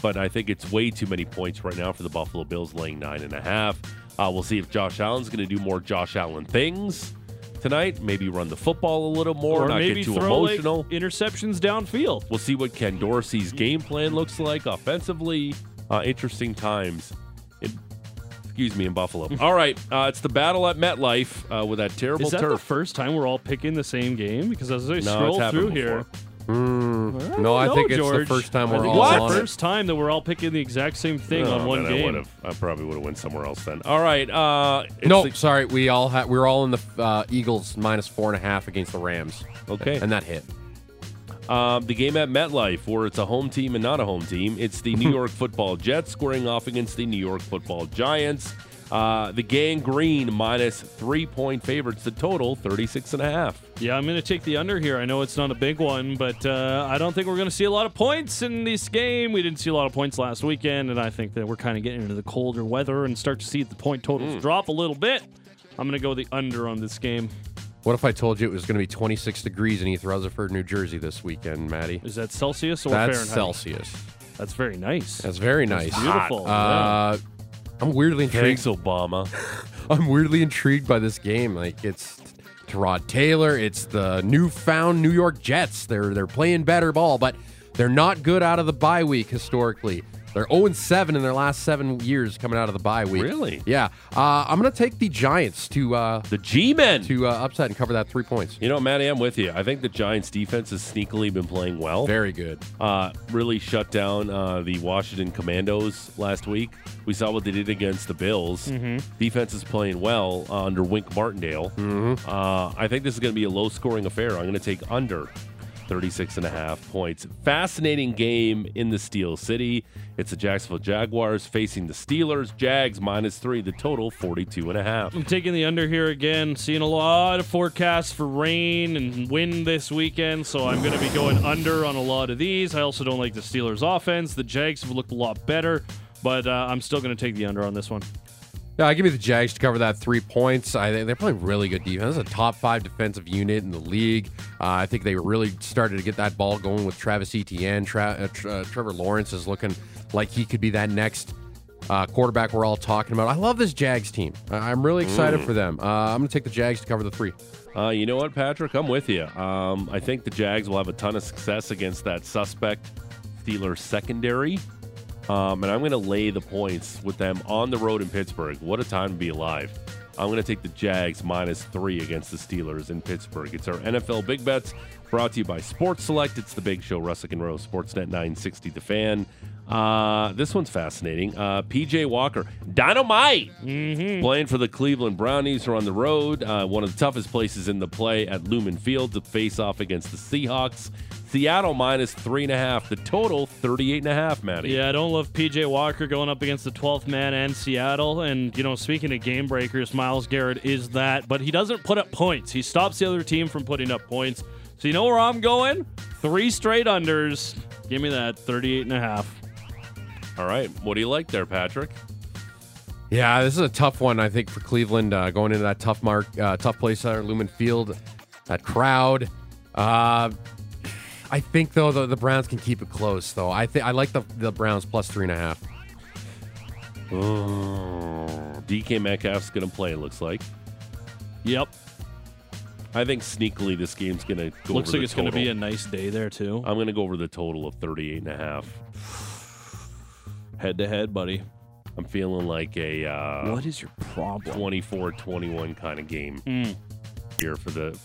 but I think it's way too many points right now for the Buffalo Bills laying nine and a half. Uh, we'll see if Josh Allen's going to do more Josh Allen things. tonight. Maybe run the football a little more,
or
not
maybe
get too
throw like,
emotional.
interceptions downfield.
We'll see what Ken Dorsey's game plan looks like offensively. Uh, interesting times. in- excuse me, in Buffalo. all right, uh, it's the battle at MetLife uh, with that terrible
Is that the
turf.
first time we're all picking the same game? Because as I
it's
scroll
happened
through
before.
here,
No, I
don't
think
know,
it's the
George.
first time
I
we're
think
all
it's
on
the
it.
first time that we're all picking the exact same thing
Oh,
on one
man, I,
game.
would've- I probably would have went somewhere else then. All right. Uh, it's
No,
the-
sorry, we all ha- we were all in the uh, Eagles minus four and a half against the Rams,
okay.
and that hit.
Um, the game at MetLife, where it's a home team and not a home team, it's the New York Football Jets squaring off against the New York Football Giants. Uh, the gang green minus three point favorites. The total 36 and a half.
Yeah, I'm going to take the under here. I know it's not a big one, but uh, I don't think we're going to see a lot of points in this game. We didn't see a lot of points last weekend, and I think that we're kind of getting into the colder weather and start to see the point
Hmm.
totals drop a little bit. I'm going to go the under on this game.
What if I told you it was going to be 26 degrees in East Rutherford, New Jersey this weekend, Maddie?
Is that Celsius or
That's
Fahrenheit?
Celsius.
That's very nice.
That's very nice.
beautiful.
Uh, I'm weirdly intrigued.
Thanks, Obama.
I'm weirdly intrigued by this game. Like it's Terod Taylor. It's the newfound New York Jets. They're they're playing better ball, but they're not good out of the bye week historically. They're 0 7 in their last seven years coming out of the bye week.
Really?
Yeah. Uh, I'm going to take the Giants to uh,
The G men.
to uh, upset and cover that three points.
You know, Matty, I'm with you. I think the Giants defense has sneakily been playing well.
Very good.
uh, really shut down uh, the Washington Commandos last week. We saw what they did against the Bills. Defense is playing well uh, under Wink Martindale. Uh, I think this is going to be a low scoring affair. I'm going to take under 36 and a half points. Fascinating game in the Steel City. It's the Jacksonville Jaguars facing the Steelers. Jags minus three, the total 42 and a half.
I'm taking the under here again. Seeing a lot of forecasts for rain and wind this weekend, so I'm going to be going under on a lot of these. I also don't like the Steelers' offense. The Jags have looked a lot better, but uh, I'm still going to take the under on this one.
Yeah, give me the Jags to cover that three points. I think they're playing really good defense. This is a top five defensive unit in the league. Uh, I think they really started to get that ball going with Travis Etienne. Tra- uh, Tr- uh, Trevor Lawrence is looking like he could be that next uh, quarterback we're all talking about. I love this Jags team. I- I'm really excited for them. Uh, I'm going to take the Jags to cover the three.
Uh, you know what, Patrick? I'm with you. Um, I think the Jags will have a ton of success against that suspect Steelers secondary. Um, and I'm going to lay the points with them on the road in Pittsburgh. What a time to be alive. I'm going to take the Jags minus three against the Steelers in Pittsburgh. It's our NFL Big Bets brought to you by Sports Select. It's the big show, Russick and Rose, Sportsnet 960, The Fan. Uh, this one's fascinating. Uh, PJ Walker, dynamite playing for the Cleveland Brownies are on the road. Uh, one of the toughest places in the play at Lumen Field to face off against the Seahawks. Seattle minus three and a half. The total 38 and a half, Matty.
Yeah, I don't love PJ Walker going up against the 12th man and Seattle. And, you know, speaking of game breakers, Miles Garrett is that, but he doesn't put up points. He stops the other team from putting up points. So, you know where I'm going? Three straight unders. Give me that 38 and a half.
All right. What do you like there, Patrick?
Yeah, this is a tough one. I think for Cleveland uh, going into that tough mark, uh, tough place there, Lumen Field, that crowd. Uh, I think though the, the Browns can keep it close. Though I think I like the the Browns plus three and a half.
DK Uh, Metcalf's going to play, it looks like.
Yep.
I think sneakily this game's going to go
Looks
over
like
the
it's going to
total.
be a nice day there, too.
I'm going to go over the total of 38 and a half.
Head to head, buddy.
I'm feeling like a uh,
what is your problem?
24-21 kind of game here for the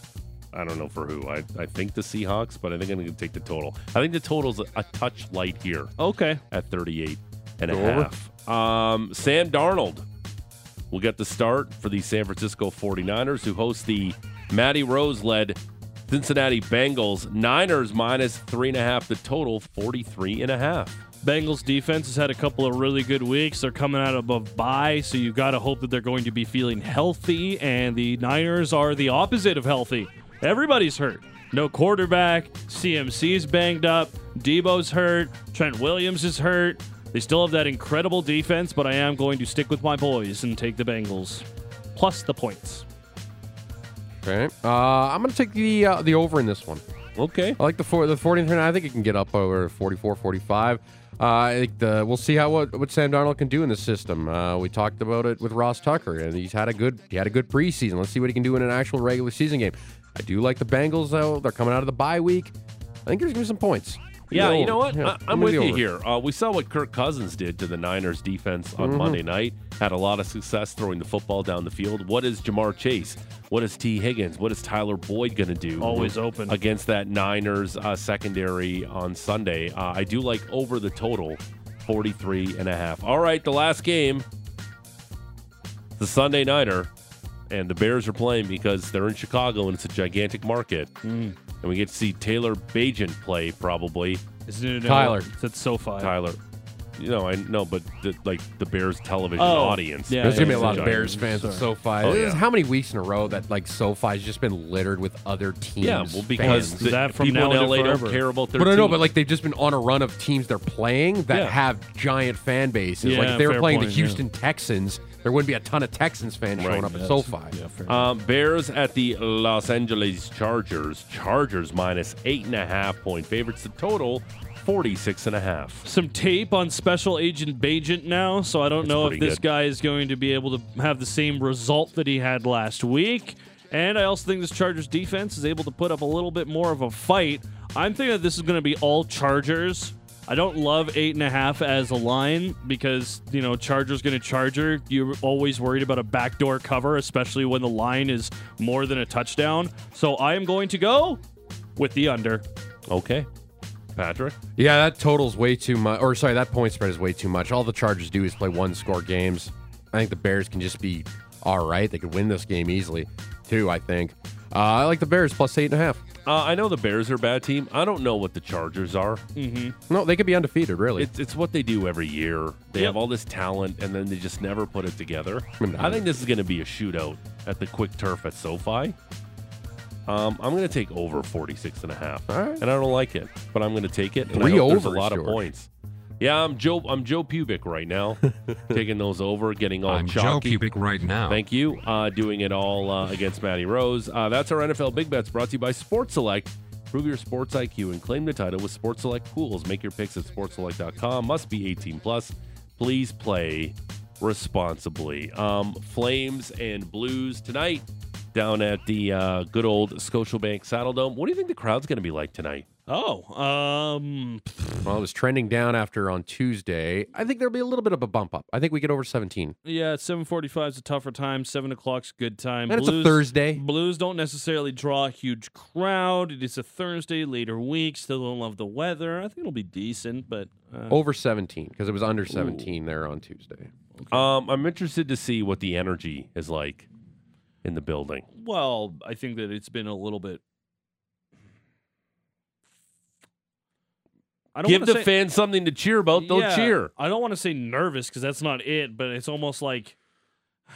I don't know for who. I, I think the Seahawks, but I think I'm going to take the total. I think the total's a, a touch light here
Okay.
at 38 and a
Go over.
half. Um, Sam Darnold will get the start for the San Francisco 49ers, who host the Matty Rose led Cincinnati Bengals. Niners minus three and a half, the total 43 and a half.
Bengals defense has had a couple of really good weeks. They're coming out of a bye, so you got to hope that they're going to be feeling healthy. And the Niners are the opposite of healthy. Everybody's hurt. No quarterback. CMC's banged up. Debo's hurt. Trent Williams is hurt. They still have that incredible defense, but I am going to stick with my boys and take the Bengals plus the points.
Okay, uh, I'm going to take the uh, the over in this one.
Okay.
I like the four, the 40 I think it can get up over 44, 45. Uh, I think the we'll see how what, what Sam Darnold can do in this system. Uh, we talked about it with Ross Tucker, and he's had a good he had a good preseason. Let's see what he can do in an actual regular season game. I do like the Bengals though; they're coming out of the bye week. I think there's gonna be some points.
Yeah,
Little-
you know what?
yeah,
I, am
maybe
with you
over.
here. Uh, we saw what Kirk Cousins did to the Niners defense on
Mm-hmm.
Monday night. Had a lot of success throwing the football down the field. What is Jamar Chase? What is T. Higgins? What is Tyler Boyd going to do?
Always open.
against that Niners uh, secondary on Sunday. Uh, I do like over the total, 43 and a half. All right, the last game, the Sunday nighter, and the Bears are playing because they're in Chicago and it's a gigantic market.
Mm.
And we get to see Taylor Bajent play probably.
It's new to
Tyler.
know. It's uh, so far.
Tyler. You know, I know, but the, like the Bears television
Oh,
audience.
yeah,
There's gonna be a
yeah,
lot of
yeah.
Bears fans at SoFi.
Oh,
This is
yeah.
How many weeks in a row that like SoFi's just been littered with other teams?
Yeah, well, because
fans?
the,
That from
people
now to
in LA
forever.
don't care about their
But I know,
team.
but like they've just been on a run of teams they're playing that
Yeah.
have giant fan bases. like
Yeah,
if they were
fair
playing the
point, yeah.
Houston Texans, there wouldn't be a ton of Texans fans
Right.
showing up at SoFi.
Yeah, fair.
Um, Bears at the Los Angeles Chargers. Chargers minus eight and a half point favorites. The total, 46 and a half.
some tape on special agent Bajent now, so I don't
It's
know if
pretty
this
good.
guy is going to be able to have the same result that he had last week. And I also think this Chargers defense is able to put up a little bit more of a fight. I'm thinking that this is going to be all Chargers. I don't love eight and a half as a line because you know Chargers going to Charger. You're always worried about a backdoor cover, especially when the line is more than a touchdown. So I am going to go with the under.
Okay. Patrick?
Yeah, that total's way too much. Or sorry, that point spread is way too much. All the Chargers do is play one score games. I think the Bears can just be all right. They could win this game easily, too. I think. Uh, I like the Bears plus eight and a half.
Uh, I know the Bears are a bad team. I don't know what the Chargers are.
No, they could be undefeated. Really,
It's, it's what they do every year. They
Yep.
have all this talent, and then they just never put it together.
Mm,
I think this is going to be a shootout at the quick turf at SoFi. Um, I'm going to take over 46 and a half.
All right.
And I don't like it, but I'm going to take it. And I
Three
hope there's a
overs,
lot
George.
of points. Yeah, I'm Joe. I'm Joe Pubic right now, taking those over, getting all
I'm Joe
chalky.
Pubic right now.
Thank you. Uh, doing it all uh, against Matty Rose. Uh, that's our NFL Big Bets brought to you by Sports Select. Prove your sports IQ and claim the title with Sports Select Pools. Make your picks at sportselect.com. Must be 18 plus. Please play responsibly. Um, Flames and Blues tonight down at the uh, good old Scotiabank Saddle Dome. What do you think the crowd's going to be like tonight?
Oh, um,
well, it was trending down after on Tuesday. I think there'll be a little bit of a bump up. I think we get over seventeen.
Yeah, seven forty-five is a tougher time. Seven o'clock's a good time.
And it's a Thursday.
Blues don't necessarily draw a huge crowd. It is a Thursday, later week. Still don't love the weather. I think it'll be decent, but uh,
Over seventeen because it was under seventeen there on Tuesday.
Um, I'm interested to see what the energy is like in the building.
well, I think that it's been a little bit. I don't
Give
wanna
the
say,
fans something to cheer about. They'll
Yeah,
cheer.
I don't want to say nervous because that's not it, but it's almost like.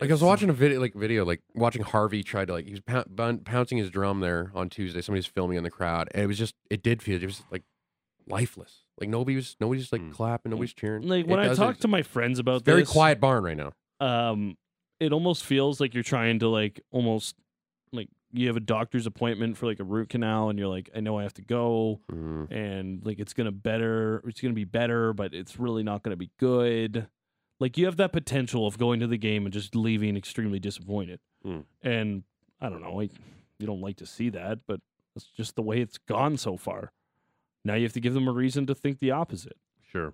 Like I was watching a video, like video, like watching Harvey try to like he was pou- bun- pouncing his drum there on Tuesday. Somebody was filming in the crowd, and it was just it did feel it was like lifeless. Like nobody was nobody was like clapping, nobody's cheering.
Mm. Like
It
when I
doesn't-
talk to my friends about
very
this,
quiet barn right now.
um it almost feels like you're trying to like almost like you have a doctor's appointment for like a root canal and you're like I know I have to go
Mm.
and like it's going to better it's going to be better but it's really not going to be good. Like you have that potential of going to the game and just leaving extremely disappointed.
Mm.
And I don't know, like you don't like to see that, but that's just the way it's gone so far. Now you have to give them a reason to think the opposite.
Sure.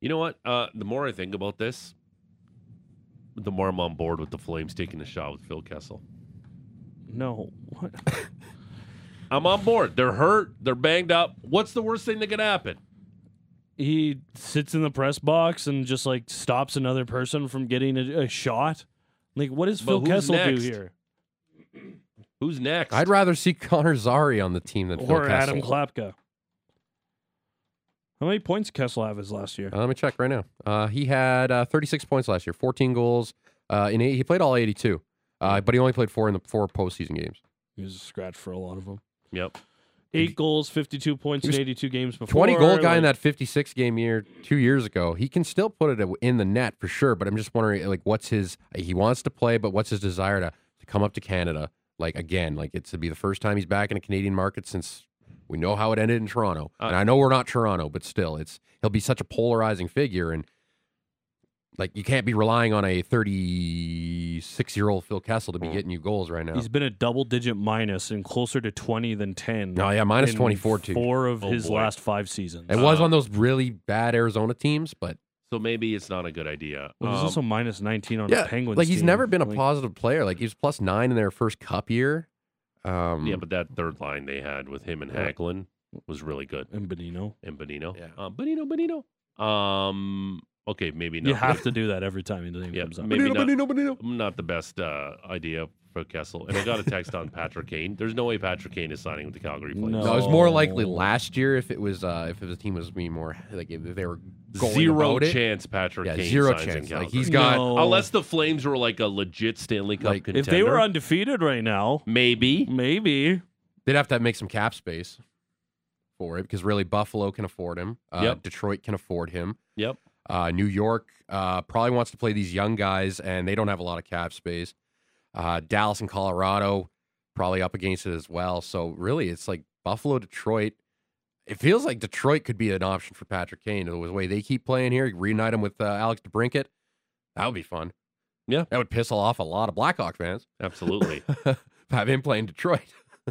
You know what? Uh, the more I think about this, the more I'm on board with the Flames taking a shot with Phil Kessel.
No. What?
I'm on board. They're hurt. They're banged up. What's the worst thing that could happen?
he sits in the press box and just like stops another person from getting a, a shot. Like, what does
But
Phil
who's
Kessel
next?
do here?
Who's next?
I'd rather see Connor Zari on the team than
Or
Phil Kessel.
Adam Klapka? How many points Kessel have his last year?
Uh, let me check right now. Uh, he had uh, 36 points last year, 14 goals. Uh, in eight, he played all 82,
Hmm.
uh, but he only played four in the four postseason games.
He was a scratch for a lot of them.
yep.
Eight goals, 52 points in 82 games before.
20 goal guy in
like-
that 56 game year two years ago. He can still put it in the net for sure, but I'm just wondering, like, what's his? He wants to play, but what's his desire to, to come up to Canada, Like again, like it's to be the first time he's back in a Canadian market since we know how it ended in Toronto.
Uh,
and I know we're not Toronto, but still, it's he'll be such a polarizing figure, and like you can't be relying on a 36 year old Phil Kessel to be getting you goals right now.
Mm. He's been a double digit minus and closer to 20 than 10.
Oh, yeah, minus
in
24 too.
Four of
Oh,
his
boy.
last five seasons.
It was on those really bad Arizona teams, but
So maybe it's not a good idea.
Well, he's
Um,
also minus 19 on the Penguins.
like he's
team.
never been a
Like,
positive player. Like he was plus nine in their first Cup year. Um,
Mm.
yeah, but that third line they had with him and
Yeah.
Hacklin was really good.
And Benino.
And Benino.
Yeah.
Um, Benino, Benino. Um, okay, maybe not.
You have to do that every time his name
Yeah,
comes up.
maybe not, not the best uh, idea for Kessel. And I got a text on Patrick Kane. There's no way Patrick Kane is signing with the Calgary Flames.
No.
No, it was more likely
No.
last year if it was uh, if the team was being more like if they were going
Zero
about it.
chance Patrick
Yeah,
Kane
zero
signs
chance.
in
Like
Calgary.
he's got
No.
Unless the Flames were like a legit Stanley Cup
Like, if they Mm.
contender.
If they were undefeated right now,
maybe.
maybe.
they'd have to make some cap space for it because really Buffalo can afford him. Uh,
Yep.
Detroit can afford him.
Yep.
Uh, New York uh, probably wants to play these young guys and they don't have a lot of cap space. Uh, Dallas and Colorado probably up against it as well. So really, it's like Buffalo, Detroit. It feels like Detroit could be an option for Patrick Kane. The way they keep playing here, reunite him with uh, Alex DeBrinket. That would be fun.
Yeah.
that would piss off a lot of Blackhawk fans.
Absolutely.
Have him playing Detroit.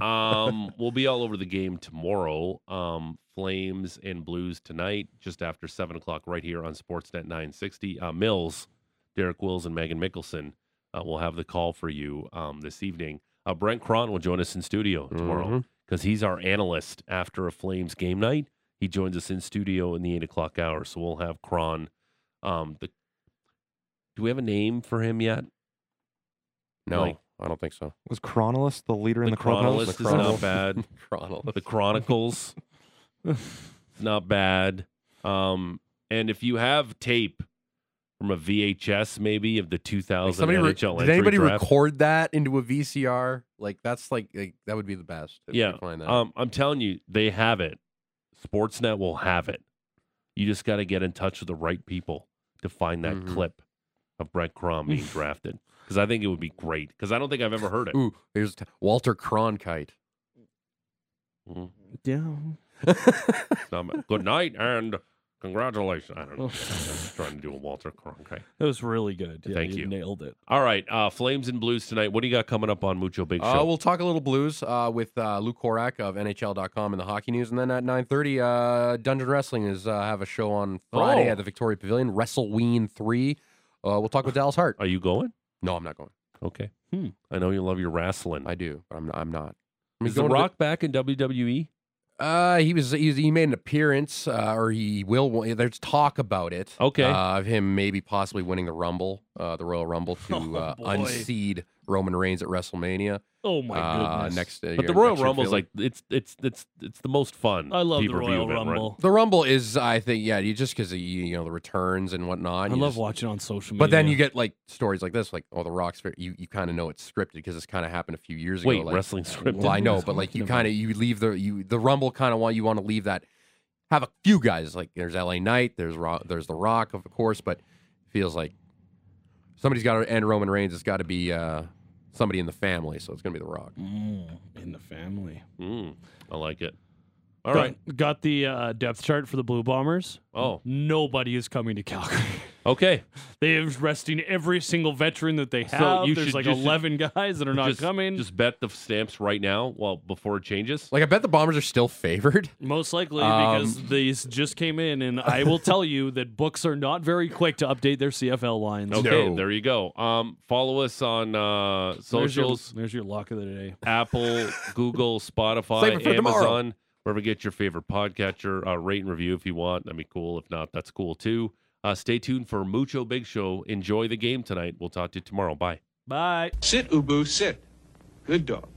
um, we'll be all over the game tomorrow. Um, Flames and Blues tonight, just after seven o'clock, right here on Sportsnet 960. Uh, Mills, Derek Wills, and Megan Mickelson uh, will have the call for you um, this evening. Uh, Brent Cron will join us in studio
Mm-hmm.
tomorrow because he's our analyst after a Flames game night. He joins us in studio in the eight o'clock hour, so we'll have Cron. Um, the do we have a name for him yet?
No,
Like-
I don't think so.
Was Chronolus the leader in
the
the clubhouse?
Chronolist is
Chronolist.
not bad.
Toronto.
the Chronicles. It's not bad. Um, and if you have tape from a VHS, maybe of the 2000
somebody re-
NHL
did
entry
anybody
draft.
record that into a VCR? Like that's like, like that would be the best. if we
Yeah,
could find that.
Um, I'm telling you, they have it. Sportsnet will have it. You just got to get in touch with the right people to find that
Mhm.
clip of Brett Crom being drafted. Because I think it would be great. Because I don't think I've ever heard it.
Ooh, there's t- Walter Cronkite.
Mhm.
Yeah.
It's not bad. Good night and congratulations. I don't know.
Oh.
I'm just trying to do a Walter Cronkite.
That was really good. Yeah,
Thank you.
Nailed it.
All right, uh, Flames and Blues tonight. What do you got coming up on Mucho Big Show?
Uh, we'll talk a little blues uh, with uh, Luke Horak of NHL.com and the hockey news, and then at 9:30, uh, Dungeon Wrestling is uh, have a show on Friday
Oh.
at the Victoria Pavilion. WrestleWeen three. Uh, we'll talk with Dallas Hart.
Are you going?
No, I'm not going.
Okay.
Hmm.
I know you love your wrestling.
I do, but I'm I'm not. I'm
Is The
going to
Rock back in E? WWE?
Uh, he was he's, he made an appearance, uh, or he will. There's talk about it.
Okay.
uh, of him maybe possibly winning the Rumble, uh, the Royal Rumble to
Oh,
uh,
boy.
unseed Roman Reigns at WrestleMania.
Oh, my
uh,
goodness.
next, uh,
But
year-
the Royal
next year
Rumble's
Philly.
like it's it's it's it's the most fun.
I love the
pay-per-view
Royal
event, right?
Rumble.
the Rumble is, I think, yeah, you just because you, you know the returns and whatnot.
I
you
love
just-
watching on social media.
But then you get like stories like this, like oh, the Rock's. fair- You you kind of know it's scripted because this kind of happened a few years
Wait,
ago. Like,
wrestling scripted?
Well, I know,
What are
but
you
like
talking
you
about?
kind of you leave the you the Rumble kind of want you want to leave that have a few guys like there's L.A. Knight, there's Ro- there's The Rock, of course, but it feels like somebody's got to end Roman Reigns. It's got to be uh, somebody in the family, so it's gonna be The Rock.
Mm, in the family.
Mm, I like it. All
got,
right.
Got the uh, depth chart for the Blue Bombers.
Oh,
Nobody is coming to Calgary.
okay.
they are resting every single veteran that they have.
So you
There's
should-
like
you should-
11 guys that are not
just,
coming.
Just bet the stamps right now. Well, before it changes.
Like I bet the Bombers are still favored.
Most likely
Um,
because these just came in, and I will tell you that books are not very quick to update their CFL lines.
Okay,
No.
there you go. Um, follow us on uh,
There's your-
socials.
There's your, lock of the day.
Apple, Google,
Save it
Spotify,
for tomorrow.
Amazon, wherever you get your favorite podcatcher. Uh, rate and review if you want. That'd be cool. If not, that's cool too. Uh, stay tuned for Mucho Big Show. Enjoy the game tonight. We'll talk to you tomorrow. Bye.
Bye.
Sit, Ubu, sit. Good dog.